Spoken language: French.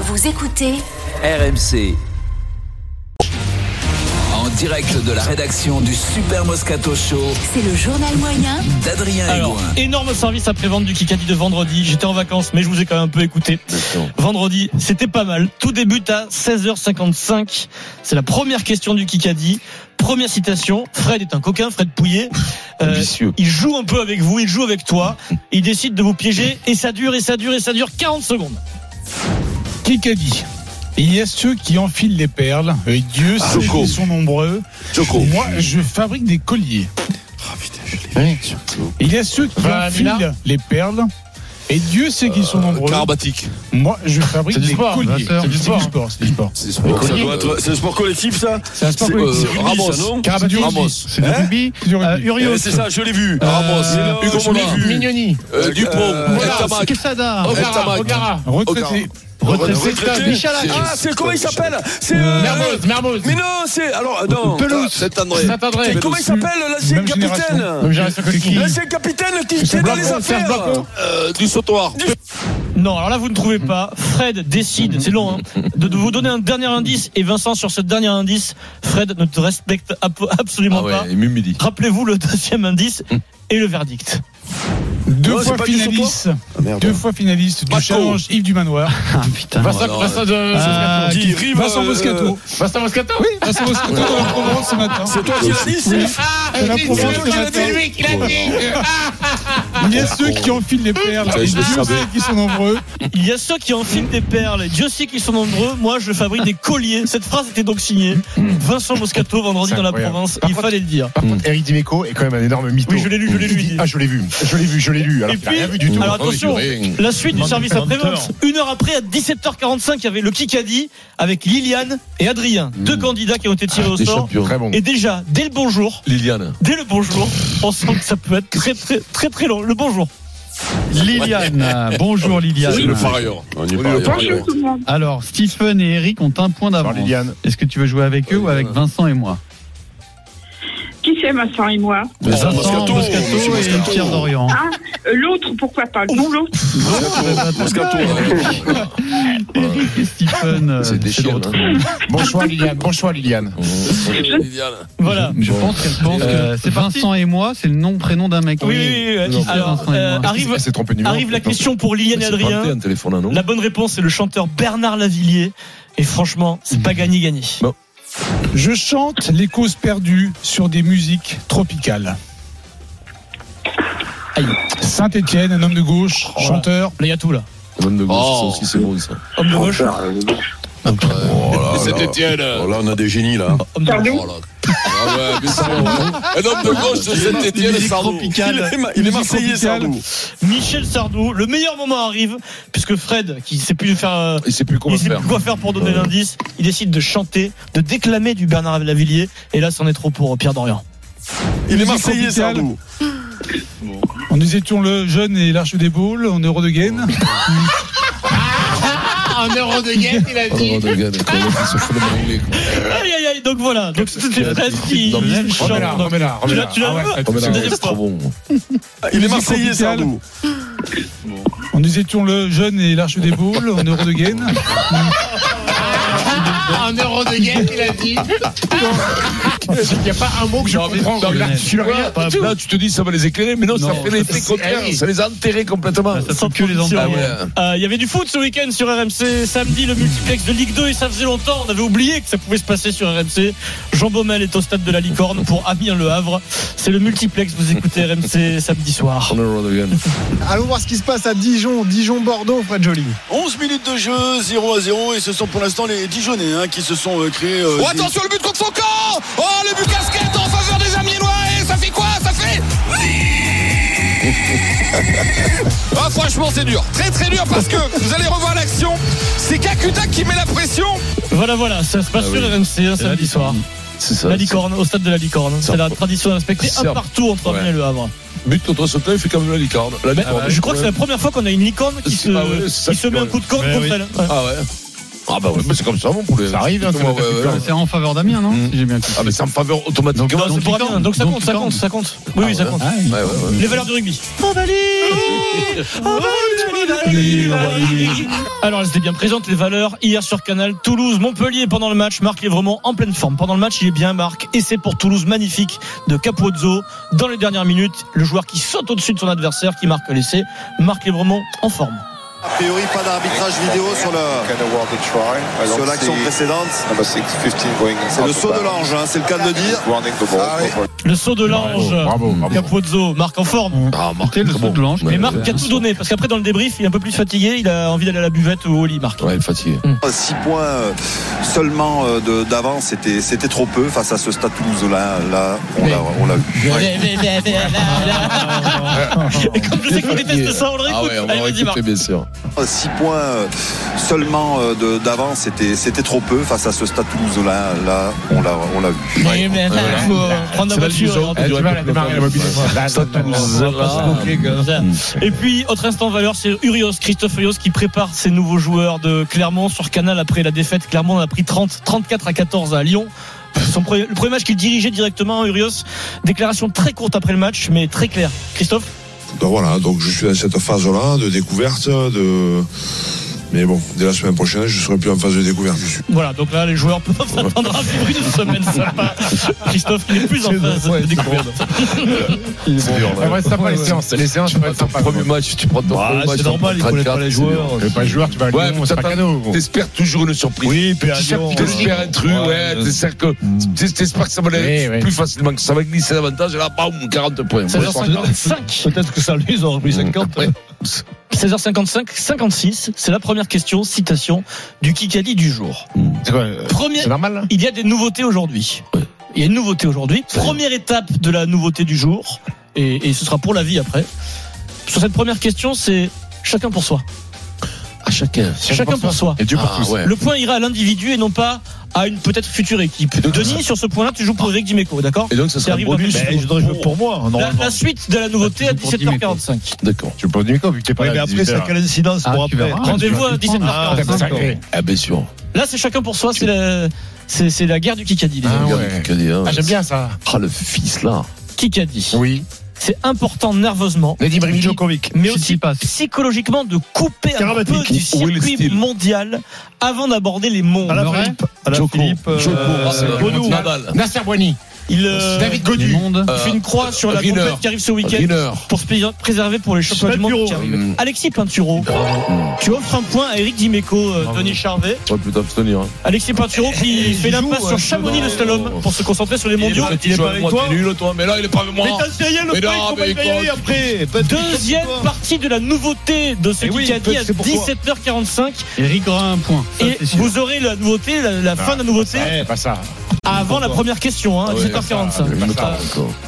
Vous écoutez RMC. En direct de la rédaction du Super Moscato Show C'est le journal moyen d'Adrien Alors, Egoin. énorme service après-vente du Kikadi de vendredi. J'étais en vacances, mais je vous ai quand même un peu écouté. Vendredi, c'était pas mal. Tout débute à 16h55. C'est la première question du Kikadi. Première citation. Fred est un coquin, Fred Pouillet. Euh, il joue un peu avec vous, il joue avec toi. Il décide de vous piéger et ça dure et ça dure et ça dure 40 secondes. Qui qu'a dit Il y a ceux qui enfilent les perles. Et Dieu sait Ah, Joko. qu'ils sont nombreux. Joko. Ah, Moi, je fabrique des colliers. Il y a ceux qui Vanilla. enfilent les perles. Et Dieu sait qu'ils Euh, sont nombreux. Carabatique. Moi, je fabrique C'est du des sport, colliers. Vincent. C'est du sport, c'est du sport. C'est le sport, ça colliers. doit être- c'est le sport collectif, ça C'est un sport C'est, collectif. euh, Ramos, non C'est du Carabatique. rugby. Ramos. C'est du Hein rugby. C'est du rugby. Euh, Urios. Eh, C'est ça, je l'ai vu. Euh, Ramos. Hugo, on l'a vu. Mignoni. Euh, Dupont. Voilà, Tamac. Quesada. Ogara. Ogara, Ogara. Retraité. Retraité. Retraité. Michalak. Ah, c'est comment il s'appelle C'est. euh, Mermoz. Mermoz. Mais non, c'est. Alors, non. Pelouse. Saint-André. Saint-André. Mais Comment il s'appelle l'ancien Même capitaine génération. Comme Jérôme Sokolski. L'ancien capitaine qui était dans les Blacon, Serge affaires. Blacon. Euh, Du sautoir. Non, alors là, vous ne trouvez pas. Fred décide, c'est long, hein, de, de vous donner un dernier indice. Et Vincent, sur ce dernier indice, Fred ne te respecte ap- Ah absolument pas. Rappelez-vous le deuxième indice et le verdict. Deux Non, Oh, c'est fois pas du finaliste. Deux fois finaliste du Paco. challenge Yves du Manoir. Vincent Vincent Euh, de- Qui rive, Vincent euh, Moscato. Vincent Moscato. Oui, Vincent Moscato dans la Provence ce matin. C'est toi qui l'as dit, c'est. Ah, C'est la c'est- Provence c'est- c'est ce matin. lui qui l'a dit. Il y a ceux qui enfilent les perles. Putain, Et je Dieu le savais. sait qu'ils sont nombreux. Il y a ceux qui enfilent des perles. et Dieu sait qu'ils sont nombreux. Moi, je fabrique des colliers. Cette phrase était donc signée. Vincent Moscato, vendredi C'est dans la incroyable. province. Par Il contre- fallait le dire. Par Hmm. contre, Eric Dimeco est quand même un énorme mytho. Oui, je l'ai lu, je l'ai lu. Il dit, Ah, je l'ai vu. Je l'ai vu, je l'ai lu. Alors, Et qu'il a puis- rien vu du tout. Alors attention, la suite du service après-vente. Une heure après, à 17h45, il y avait le Kikadi avec Liliane et Adrien. Hmm. Deux candidats qui ont été tirés au Ah, sort. Très bon. Et déjà, dès le bonjour, Liliane. dès le bonjour, on sent que ça peut être très très très très long. Le bonjour. Liliane, bonjour Liliane. C'est le par ailleurs. On y est par ailleurs. Bonjour tout le monde. Alors, Stephen et Eric ont un point Bonjour, d'avance. Liliane. Est-ce que tu veux jouer avec eux ou avec Vincent et moi Qui c'est Vincent et moi Mais ça, Vincent, Moscato, Moscato, monsieur Moscato. et Pierre Dorian. Ah, euh, l'autre, pourquoi pas Non, l'autre. Oh Moscato. Eric et Stephen, euh, c'est de retour. hein. Bon choix, Liliane. Bon choix, Liliane. Liliane. Voilà. Je pense qu'elle pense Euh, que c'est c'est parti. Vincent et moi, c'est le nom, prénom d'un mec. Oui, oui, oui, oui. Alors, Vincent et euh, moi. arrive, Elle s'est trompée de numéro. arrive la question pour Liliane et Adrien. téléphone à La bonne réponse, c'est le chanteur Bernard Lavillier. Et franchement, c'est pas gagné-gagné. Je chante les causes perdues sur des musiques tropicales. Saint-Étienne, un homme de gauche, chanteur. Là, il y a tout, là. Oh, Homme de gauche. euh, là, là. Étienne. Oh, là, on a des génies, là. Homme de gauche. Oh, là. Ah ouais, mais c'est bon, hein. Un homme de gauche de Saint-Étienne, Sardou. Il est, il est marseillais, Sardou. Michel Sardou. Le meilleur moment arrive, puisque Fred, qui sait plus faire, euh, Il sait plus il sait plus quoi faire pour donner l'indice, il décide de chanter, de déclamer du Bernard Lavillier. Et là, c'en est trop pour euh, Pierre Dorian. Il est Musique marseillais, tropicale. Sardou. On nous étions le jeune et l'arche des Baules en euro de gaine. Ah, un euro de gain, il a dit. Aïe, aïe, aïe. Donc voilà. Donc c'était Fred qui qui chante. Remets-la, remets-la, Donc, Tu l'as, remets-la. tu l'as. Ah ouais, C'est elle te la deuxième fois. Il est Musique marseillais, tropicale. Sardou. On nous étions le jeune et l'arche des Baules en euro de gaine. Ah, un euro de gain, il a dit. Il n'y a pas un mot que je comprends. Là, je suis rien. Là, tu te dis, ça va les éclairer, mais non, ça fait l'effet contraire. Ça les a enterrés complètement. Ça Sans fout que les condition. enfants. Ah ouais. Euh, Il y avait du foot ce week-end sur RMC. Samedi, le multiplex de Ligue 2. Et ça faisait longtemps. On avait oublié que ça pouvait se passer sur RMC. Jean Baumel est au stade de la Licorne pour Amiens-Le Havre. C'est le multiplex. Vous écoutez RMC samedi Oh soir. Allons voir ce qui se passe à Dijon, Dijon-Bordeaux, Fred Joly. 11 minutes de jeu, 0 à 0 et ce sont pour l'instant les Dijonais hein, qui se sont euh, créés. euh, Oh, attention, le but contre son camp Oh, le but casquette en faveur des Amiénois Et ça fait quoi Ça fait... Ah, franchement, c'est dur. Très, très dur parce que vous allez revoir l'action. C'est Kakuta qui met la pression. Voilà, voilà, ça se passe Ah sur oui. RMC un la hein, samedi soir. C'est ça. La licorne, au stade de la licorne. C'est la tradition à respecter C'est un un- partout entre Amiens Ouais. et Le Havre. But contre Sauternes, il fait quand même la licorne. La Mais licorne. je crois que c'est la première fois qu'on a une licorne qui C'est pas vrai, se, c'est ça qui se qui met un est coup de corne Ouais, contre oui. elle. Ah ouais. Ah bah ouais, mais c'est comme ça, mon poulet. Ça arrive, hein, Comment, quand ouais, t'as ouais. plus C'est en faveur d'Amiens, non Mm. Si j'ai bien compris. Ah mais c'est en faveur automatiquement. Non, c'est donc pour licorne. Amiens, donc ça Donc compte, ça licorne. compte, ça compte. Oui, oui, ça compte. Ah, Ouais, ouais, ouais. Les valeurs du rugby. Oh, bah, Alors, elles étaient bien présentes, les valeurs, hier sur Canal. Toulouse, Montpellier, pendant le match, Marc est vraiment en pleine forme. Pendant le match, il est bien, Marc. Et c'est pour Toulouse, magnifique, de Capozzo. Dans les dernières minutes, le joueur qui saute au-dessus de son adversaire, qui marque l'essai. Marc est vraiment en forme. A priori, pas d'arbitrage vidéo sur le- sur l'action précédente. C'est le saut de l'ange, hein, c'est le cas de le dire. Ah Le saut de l'ange. Bravo, bravo. Capozzo, Marc en forme. Oh, Ah, Marc, C'était le très saut bon. de l'ange. Mais Marc qui a tout donné, parce qu'après, dans le débrief, il est un peu plus fatigué, il a envie d'aller à la buvette ou au lit, Marc. Ouais, il est fatigué. 6 points euh, seulement euh, de- d'avance, c'était c'était trop peu face à ce stade toulousain. Là, là, on l'a- on l'a eu. Et comme je sais qu'on déteste ça, on le Ah réécoute. ouais, on Allez, va vas-y, Marc. réécouter, bien sûr. 6 points euh, seulement euh, de- d'avance, c'était c'était trop peu face à ce stade toulousain. Là, là, on l'a on l'a eu. Oui, mais Voilà. il faut euh, Eh ben, prendre la voiture. Eh, tu vas la démarrer la mobilité. Bah, Et puis, autre instant valeur, c'est Urios, Christophe Urios qui prépare ses nouveaux joueurs de Clermont sur Canal après la défaite. Clermont en a pris 30, 34 à 14 à Lyon. Son premier- le premier match qu'il dirigeait directement, Urios. Déclaration très courte après le match, mais très claire. Christophe Donc voilà, donc je suis dans cette phase-là de découverte, de. Mais bon, dès la semaine prochaine, je serai plus en phase de découverte. Je suis- Voilà, donc là, les joueurs peuvent s'attendre à vivre une semaine sympa. Christophe, il est plus en phase de découverte. C'est dur, là. Ça va être sympa, les séances. Les séances, ça va être Ton sympa. premier match, tu prends ton Bah, premier match. c'est t'en normal, il prends connaît pas 34, les c'est joueurs. dur. Le pas joueur, tu vas à Ouais, Lyon, c'est pas t'attends- cadeau. gros. T'espères toujours une surprise. Oui, puis à Tu sais, Lyon, euh, T'espères un truc, Ouais, ouais, euh, t'espères que, t'es- t'espères que ça va aller Oui, oui. plus facilement, que ça va glisser davantage, et là, bam, 40 points. Ouais, 16h55. Peut-être que ça lui, ils ont repris Mm, 50. Ouais. 16h55, 56. C'est la première question, citation du Kikadi du jour. C'est quoi, euh, Première, c'est normal, là il y a des nouveautés aujourd'hui. Il y a une nouveauté aujourd'hui. Première étape de la nouveauté du jour. Et, et ce sera pour la vie après. Sur cette première question, c'est chacun pour soi. à chacun. Chacun pour soi. Et Dieu pour Ah, tous. ouais. Le point ira à l'individu et non pas à une peut-être future équipe. Denis, sur ce point-là, tu joues pour Eric Dimeco, d'accord Et donc, ça sera un arrive dans bonus. Eh, quelques Je voudrais jouer pour moi, la, normalement. la suite de la nouveauté à Pour Dimeco. 17h45. D'accord. Tu me poses du micro, vu que t'es pas Oui, là mais à après, 18 ça a heures. quelle incidence Ah, pour tu après verras. Rendez-vous à Ah, 17h45. d'accord. Sacré. Ah, bien sûr. Là, c'est chacun pour soi, c'est la, c'est, c'est la guerre du Kikadi. les Ah amis. Regarde ouais. le Kikadi, hein. Ah, j'aime bien ça. Ah, le fils, là. Kikadi. Oui. C'est important nerveusement, Lady Brady Djokovic. mais Chiti aussi passe. psychologiquement de couper un Karabatic. peu du Où est le circuit style mondial avant d'aborder les mondes. À la Murray, Philippe, à la Joko. Philippe, euh, Joko, euh, Rassel, Bono. Nadal. Nasser Boigny. il euh, David du Godu. monde. Euh, fait une croix sur la Rinner. compète qui arrive ce week-end Rinner. pour se pré- préserver pour les championnats du monde Pinturo. qui arrivent. Mmh. Alexis Pinturo, tu offres un point à Eric Dimeco, euh, Denis Charvet. On va plutôt abstenir. hein. Alexis Pinturo qui fait l'impasse sur Chamonix le slalom non. pour se concentrer sur les Il est mondiaux. pas- il est pas avec toi. T'es nul, toi, mais là, il est pas avec moi. Mais t'as essayé le Mais truc, non, comment mais il va y hein. aller écoute. après Deuxième partie de la nouveauté de ce Eh oui, qui a dit à c'est pour toi. 17h45 Eric aura un point. Ça, et c'est sûr. vous aurez la nouveauté, la, la fin de la nouveauté Eh, pas ça. avant la première question, hein, Ah ouais, 17h45. Il me parle encore.